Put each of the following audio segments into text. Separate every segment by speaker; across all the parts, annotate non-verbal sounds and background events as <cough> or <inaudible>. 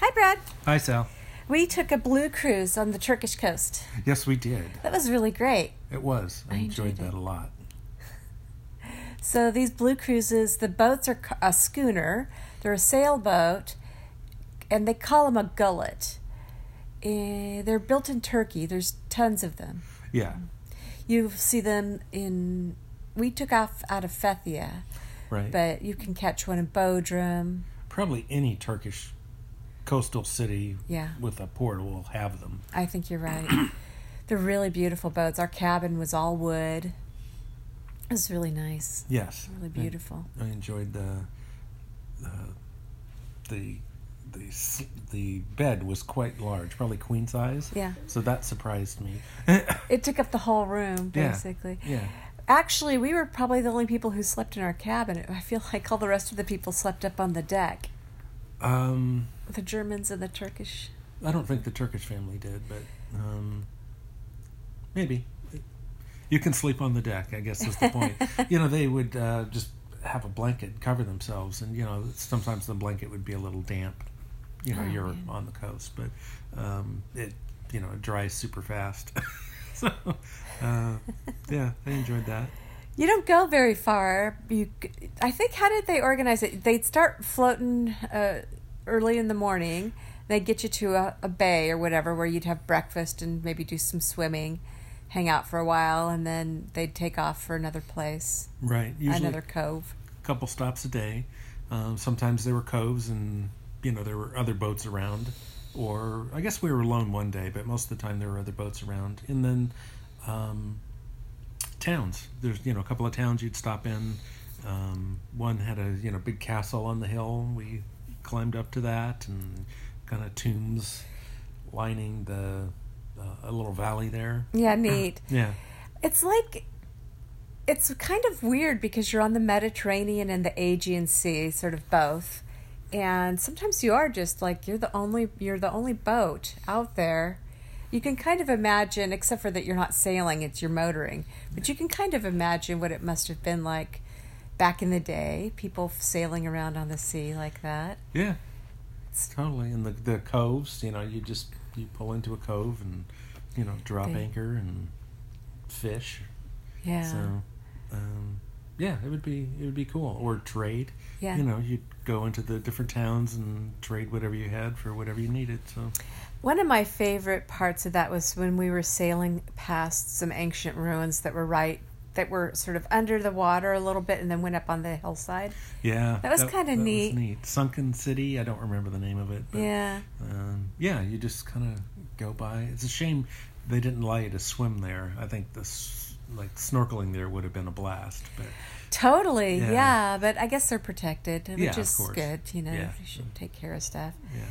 Speaker 1: Hi, Brad.
Speaker 2: Hi, Sal.
Speaker 1: We took a blue cruise on the Turkish coast.
Speaker 2: Yes, we did.
Speaker 1: That was really great.
Speaker 2: It was. I,
Speaker 1: I
Speaker 2: enjoyed,
Speaker 1: enjoyed
Speaker 2: that a lot.
Speaker 1: So these blue cruises, the boats are c- a schooner. They're a sailboat, and they call them a gullet. Eh, they're built in Turkey. There's tons of them.
Speaker 2: Yeah,
Speaker 1: Mm-hmm. You see them in. We took off out of Fethia,
Speaker 2: right.
Speaker 1: but you can catch one in Bodrum.
Speaker 2: Probably any Turkish coastal city
Speaker 1: Yeah,
Speaker 2: with a port will have them.
Speaker 1: I think you're right. They're really beautiful boats. Our cabin was all wood. It was really nice.
Speaker 2: Yes,
Speaker 1: Really
Speaker 2: I-
Speaker 1: beautiful.
Speaker 2: I, enjoyed the the the the s- the bed was quite large, probably queen size.
Speaker 1: Yeah.
Speaker 2: So that surprised me. <coughs>
Speaker 1: It took up the whole room,
Speaker 2: Yeah.
Speaker 1: basically.
Speaker 2: yeah.
Speaker 1: Actually, we were probably the only people who slept in our cabin. I feel <laughs> like all the rest of the people slept up on the deck.
Speaker 2: Um,
Speaker 1: The Germans and the Turkish.
Speaker 2: I don't think the Turkish family did, but um, maybe you can sleep on the deck. I guess is the
Speaker 1: <laughs>
Speaker 2: point. you know, they would uh, just have a blanket cover themselves, and you know, sometimes the blanket would be a little damp. You know,
Speaker 1: Oh,
Speaker 2: you're
Speaker 1: man.
Speaker 2: on the coast, but um, it you know it dries super fast. <laughs> so uh, yeah, I
Speaker 1: <laughs>
Speaker 2: enjoyed that.
Speaker 1: You don't go very far. You, g- I think. How did they organize it? They'd start floating uh, early in the morning. They'd get you to a, a bay or whatever where you'd have breakfast and maybe do some swimming, hang out for a while, and then they'd take off for another place,
Speaker 2: Right, usually
Speaker 1: another cove.
Speaker 2: a couple stops a day. Um, sometimes there were coves, and you know there were other boats around. Or I guess we were alone one day, but most of the time there were other boats around. And then um, towns. There's you know a couple of towns you'd stop in. Um, one had a you know big castle on the hill. We climbed up to that and kind of tombs lining the uh, a little valley there.
Speaker 1: Yeah, neat.
Speaker 2: Yeah,
Speaker 1: It's like it's kind of weird because you're on the Mediterranean and the Aegean Sea, sort of both. And sometimes you are just like you're the only you're the only boat out there. You can kind of imagine except for that you're not sailing, it's you're motoring. But you can kind of imagine what it must have been like back in the day, people sailing around on the sea like that.
Speaker 2: Yeah, totally. And the the coves, you know, you just you pull into a cove and you know drop
Speaker 1: They-
Speaker 2: anchor and fish.
Speaker 1: Yeah.
Speaker 2: So, um, yeah, it would be it would be cool or trade.
Speaker 1: yeah.
Speaker 2: You know, you'd go into the different towns and trade whatever you had for whatever you needed. So
Speaker 1: One of my favorite parts of that was when we were sailing past some ancient ruins that were right that were sort of under the water a little bit and then went up on the hillside.
Speaker 2: yeah,
Speaker 1: That was kinda
Speaker 2: that was
Speaker 1: neat.
Speaker 2: neat. Sunken City. I don't remember the name of it. But,
Speaker 1: Yeah.
Speaker 2: Um, yeah, you just kind of go by. It's a shame they didn't allow you to swim there. I think this like snorkeling there would have been a blast, but.
Speaker 1: Totally.
Speaker 2: Yeah.
Speaker 1: Yeah, but I guess they're protected, which
Speaker 2: Yeah, of
Speaker 1: is
Speaker 2: course.
Speaker 1: good, you know.
Speaker 2: Yeah.
Speaker 1: You should take care of stuff.
Speaker 2: Yeah.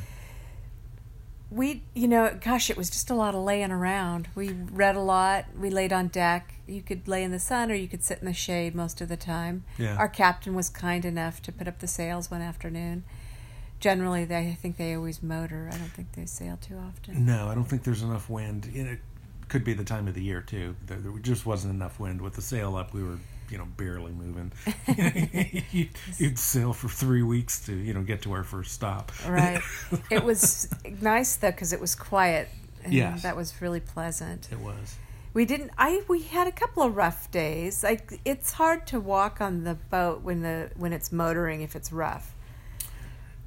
Speaker 1: We, you know, gosh, it was just a lot of laying around. We read a lot. We laid on deck. You could lay in the sun or you could sit in the shade most of the time.
Speaker 2: Yeah.
Speaker 1: Our captain was kind enough to put up the sails one afternoon. Generally, they, I think they always motor. I don't think they sail too often.
Speaker 2: No, I don't think there's enough wind. And It could be the time of the year too. There, there just wasn't enough wind with the sail up. We were, you know,
Speaker 1: <laughs>
Speaker 2: barely moving. <laughs> you'd, you'd sail for three weeks to, you know, get to our first stop. <laughs>
Speaker 1: Right. it was nice though because it was quiet. And
Speaker 2: Yes.
Speaker 1: That was really pleasant.
Speaker 2: It was.
Speaker 1: We didn't. I we had a couple of rough days. Like it's hard to walk on the boat when the when it's motoring if it's rough. <laughs>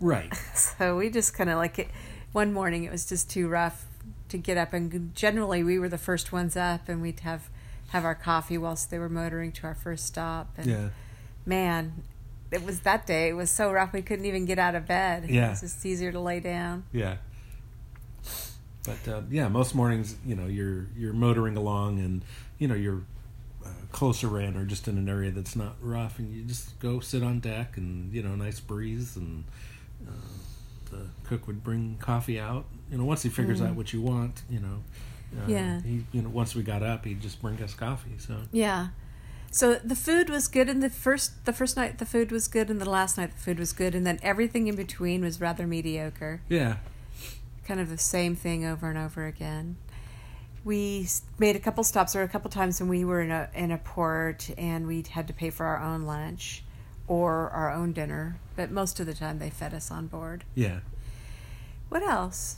Speaker 2: Right.
Speaker 1: So we just kind of like it. One morning, it was just too rough to get up, and generally we were the first ones up, and we'd have have our coffee whilst they were motoring to our first stop. And
Speaker 2: Yeah.
Speaker 1: man, it was that day. It was so rough we couldn't even get out of bed.
Speaker 2: Yeah.
Speaker 1: it was just easier to lay down.
Speaker 2: Yeah. But uh, yeah, most mornings, you know, you're you're motoring along, and you know you're uh, closer in or just in an area that's not rough, and you just go sit on deck, and you know, nice breeze, and uh, the cook would bring coffee out. You know, once he figures out what you want, you know. Uh,
Speaker 1: Yeah.
Speaker 2: He, you know, once we got up, he'd just bring us coffee. So
Speaker 1: Yeah. So the food was good in the first the first night the food was good and the last night the food was good and then everything in between was rather mediocre.
Speaker 2: yeah,
Speaker 1: Kind of the same thing over and over again. We s- made a couple stops or a couple times when we were in a in a port and we had to pay for our own lunch or our own dinner, but most of the time they fed us on board.
Speaker 2: yeah,
Speaker 1: What else?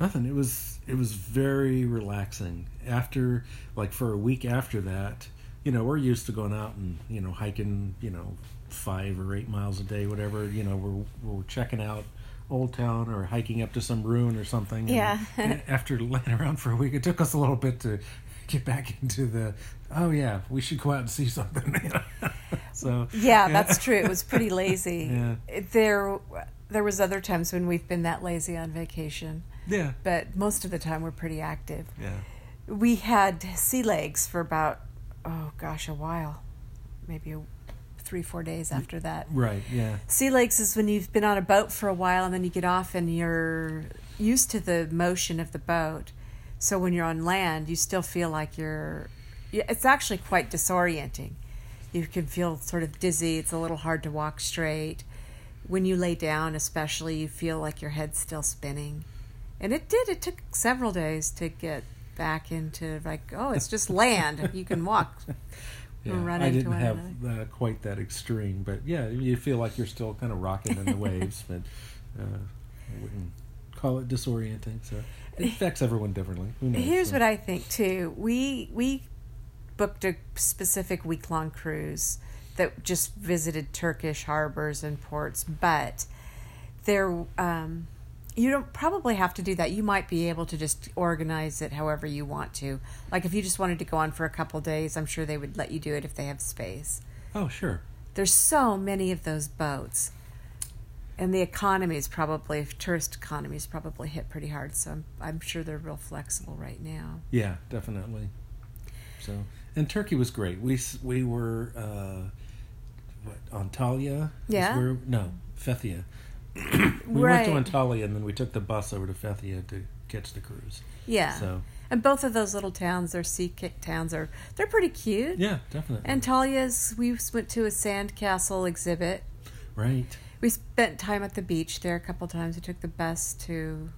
Speaker 2: Nothing. It was it was very relaxing. After like for a week after that, you know, we're used to going out and, you know, hiking, you know, five or eight miles a day, whatever, you know, we're we're checking out Old Town or hiking up to some ruin or something. <laughs> And
Speaker 1: Yeah.
Speaker 2: after laying around for a week, it took us a little bit to get back into the oh yeah, we should go out and see something. <laughs> you know. so
Speaker 1: Yeah, that's true. It was pretty lazy.
Speaker 2: Yeah.
Speaker 1: It- There, there was other times when we've been that lazy on vacation,
Speaker 2: Yeah.
Speaker 1: but most of the time we're pretty active.
Speaker 2: Yeah.
Speaker 1: We had sea legs for about oh gosh, a while, maybe a, three four days after that.
Speaker 2: Right, yeah.
Speaker 1: Sea legs is when you've been on a boat for a while and then you get off and you're used to the motion of the boat. So when you're on land, you still feel like you're. yeah, It's actually quite disorienting. You can feel sort of dizzy. It's a little hard to walk straight. When you lay down, especially, you feel like your head's still spinning. And it did. It took several days to get back into like, oh, it's just land. You can walk.
Speaker 2: Yeah,
Speaker 1: run
Speaker 2: I
Speaker 1: into
Speaker 2: didn't
Speaker 1: one
Speaker 2: have uh, quite that extreme, but yeah, you feel like you're still kind of rocking in the waves, <laughs> but uh, I wouldn't call it disorienting. So it affects everyone differently. Who knows?
Speaker 1: Eh, Here's
Speaker 2: so.
Speaker 1: what I think too. We we booked a specific week long cruise that just visited Turkish harbors and ports, but there um, you don't probably have to do that. You might be able to just organize it however you want to. Like if you just wanted to go on for a couple days, I'm sure they would let you do it if they have space.
Speaker 2: Oh, sure.
Speaker 1: There's so many of those boats. And the economy is probably tourist economy is probably hit pretty hard, so I'm, I'm sure they're real flexible right now.
Speaker 2: Yeah, definitely. So and Turkey was great. We s- we were uh, what Antalya? is
Speaker 1: Yeah.
Speaker 2: Where, no, Fethia. we
Speaker 1: Right.
Speaker 2: went to Antalya and then we took the bus over to Fethia to catch the cruise.
Speaker 1: Yeah.
Speaker 2: So
Speaker 1: And both of those little towns, they're sea kick towns, are they're pretty cute.
Speaker 2: yeah, definitely.
Speaker 1: And Talia's, we went to a sandcastle exhibit.
Speaker 2: right.
Speaker 1: We spent time at the beach there a couple times. We took the bus to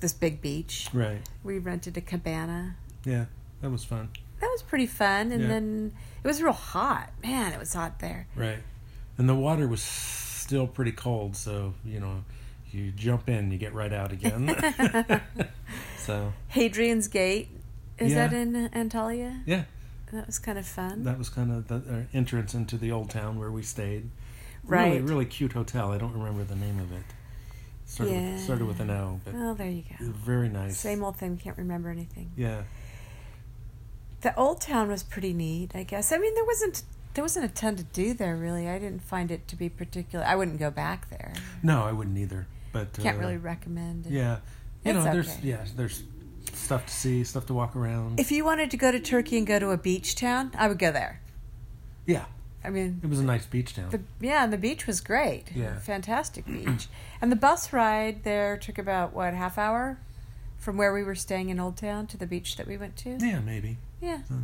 Speaker 1: this big beach.
Speaker 2: Right.
Speaker 1: We rented a cabana.
Speaker 2: Yeah, that was fun.
Speaker 1: That was pretty fun. And
Speaker 2: Yeah.
Speaker 1: then it was real hot. Man, it was hot there.
Speaker 2: Right. And the water was still pretty cold, so, you know, you jump in, you get right out again.
Speaker 1: <laughs>
Speaker 2: <laughs> so,
Speaker 1: Hadrian's Gate. Is
Speaker 2: Yeah.
Speaker 1: that in Antalya?
Speaker 2: yeah,
Speaker 1: That was kind of fun.
Speaker 2: that was kind of the our entrance into the old town where we stayed. Really,
Speaker 1: right.
Speaker 2: really cute hotel. I don't remember the name of it. Started, with,
Speaker 1: Yeah.
Speaker 2: started with an O, but
Speaker 1: Well, Oh, there you go.
Speaker 2: very nice.
Speaker 1: Same old thing. Can't remember anything.
Speaker 2: Yeah.
Speaker 1: the old town was pretty neat i guess i mean there wasn't there wasn't a ton to do there really i didn't find it to be particular i wouldn't go back there
Speaker 2: No, I wouldn't either. But
Speaker 1: can't
Speaker 2: uh,
Speaker 1: really recommend it
Speaker 2: Yeah. You
Speaker 1: It's
Speaker 2: know, there's
Speaker 1: okay.
Speaker 2: yeah, there's stuff to see, stuff to walk around.
Speaker 1: if you wanted to go to turkey and go to a beach town i would go there
Speaker 2: yeah,
Speaker 1: i mean
Speaker 2: it was a nice beach town.
Speaker 1: the yeah and the beach was great
Speaker 2: Yeah.
Speaker 1: fantastic beach and the bus ride there took about what half hour from where we were staying in old town to the beach that we went to
Speaker 2: yeah, maybe.
Speaker 1: Yeah.
Speaker 2: Hmm.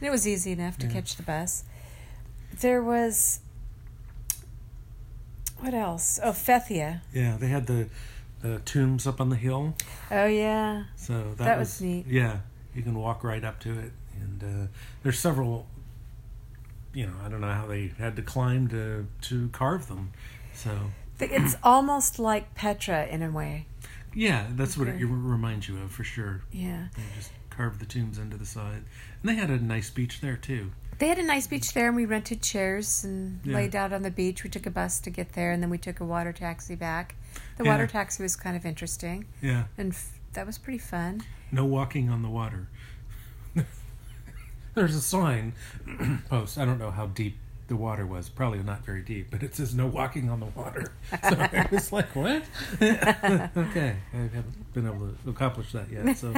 Speaker 1: And it was easy enough to
Speaker 2: Yeah.
Speaker 1: catch the bus. There was. What else? Oh, Fethia.
Speaker 2: Yeah, they had the the tombs up on the hill.
Speaker 1: Oh, yeah.
Speaker 2: So that,
Speaker 1: That was neat.
Speaker 2: Yeah, you can walk right up to it, and uh, there's several. You know, I don't know how they had to climb to to carve them. So
Speaker 1: Th- It's almost like Petra in a way.
Speaker 2: yeah, that's what
Speaker 1: Okay.
Speaker 2: it it reminds you of for sure.
Speaker 1: Yeah.
Speaker 2: They just carved the tombs into the side, and they had a nice beach there too.
Speaker 1: They had a nice beach there, and we rented chairs and
Speaker 2: Yeah.
Speaker 1: laid out on the beach. We took a bus to get there, and then we took a water taxi back. The
Speaker 2: Yeah.
Speaker 1: water taxi was kind of interesting,
Speaker 2: Yeah,
Speaker 1: and f- that was pretty fun.
Speaker 2: no walking on the water. <laughs> there's a sign <clears throat> post. I don't know how deep the water was. Probably not very deep, but it says no walking on the water. So
Speaker 1: <laughs>
Speaker 2: I was like, what? <laughs> okay, I haven't been able to accomplish that yet.
Speaker 1: <laughs>
Speaker 2: So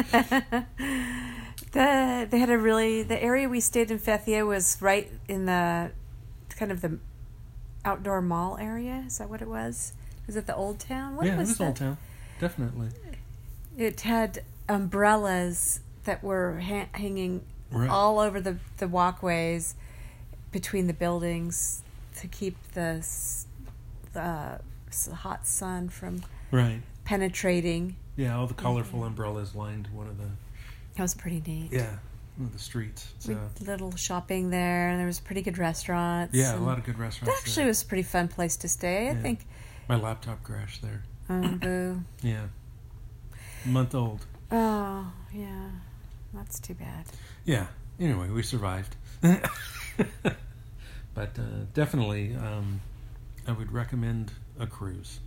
Speaker 1: The they had a really the area we stayed in Fethia was right in the kind of the outdoor mall area. Is that what it was? Was it the old town? What
Speaker 2: yeah, it was
Speaker 1: that?
Speaker 2: old town, definitely.
Speaker 1: It had umbrellas that were ha- hanging
Speaker 2: Right.
Speaker 1: all over the the walkways between the buildings to keep the s- the s- hot sun from
Speaker 2: Right.
Speaker 1: penetrating.
Speaker 2: Yeah, all the colorful umbrellas lined one of the
Speaker 1: That was pretty neat.
Speaker 2: yeah one of the streets. So
Speaker 1: We little shopping there, and there was pretty good restaurants.
Speaker 2: yeah, a
Speaker 1: and-
Speaker 2: lot of good
Speaker 1: That
Speaker 2: restaurants.
Speaker 1: actually
Speaker 2: there.
Speaker 1: was a pretty fun place to stay. I
Speaker 2: Yeah.
Speaker 1: think.
Speaker 2: <coughs> my laptop crashed there.
Speaker 1: Um, boo.
Speaker 2: Yeah, month old.
Speaker 1: Oh, yeah. That's too bad.
Speaker 2: Yeah. Anyway, we survived. <laughs> but uh, definitely, um, I would recommend a cruise.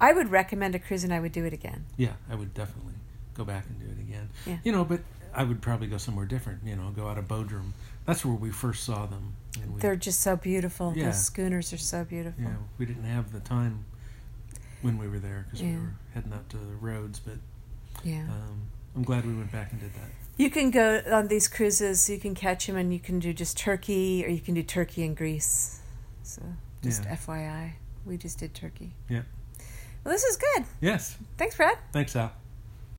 Speaker 1: I would recommend a cruise and I would do it again.
Speaker 2: Yeah, I would definitely go back and do it again.
Speaker 1: Yeah.
Speaker 2: You know, but I would probably go somewhere different. You know, go out of Bodrum. That's where we first saw them. And we,
Speaker 1: They're just so beautiful.
Speaker 2: Yeah.
Speaker 1: Those schooners are so beautiful.
Speaker 2: yeah, we didn't have the time when we were there because we
Speaker 1: Yeah.
Speaker 2: were heading out to the roads. But
Speaker 1: Yeah.
Speaker 2: um, I'm glad we went back and did that.
Speaker 1: You can go on these cruises, you can catch them, and you can do just Turkey, or you can do Turkey and Greece. So, just
Speaker 2: Yeah.
Speaker 1: FYI, we just did Turkey.
Speaker 2: Yeah.
Speaker 1: Well, this is good.
Speaker 2: Yes.
Speaker 1: Thanks, Brad.
Speaker 2: Thanks, Al.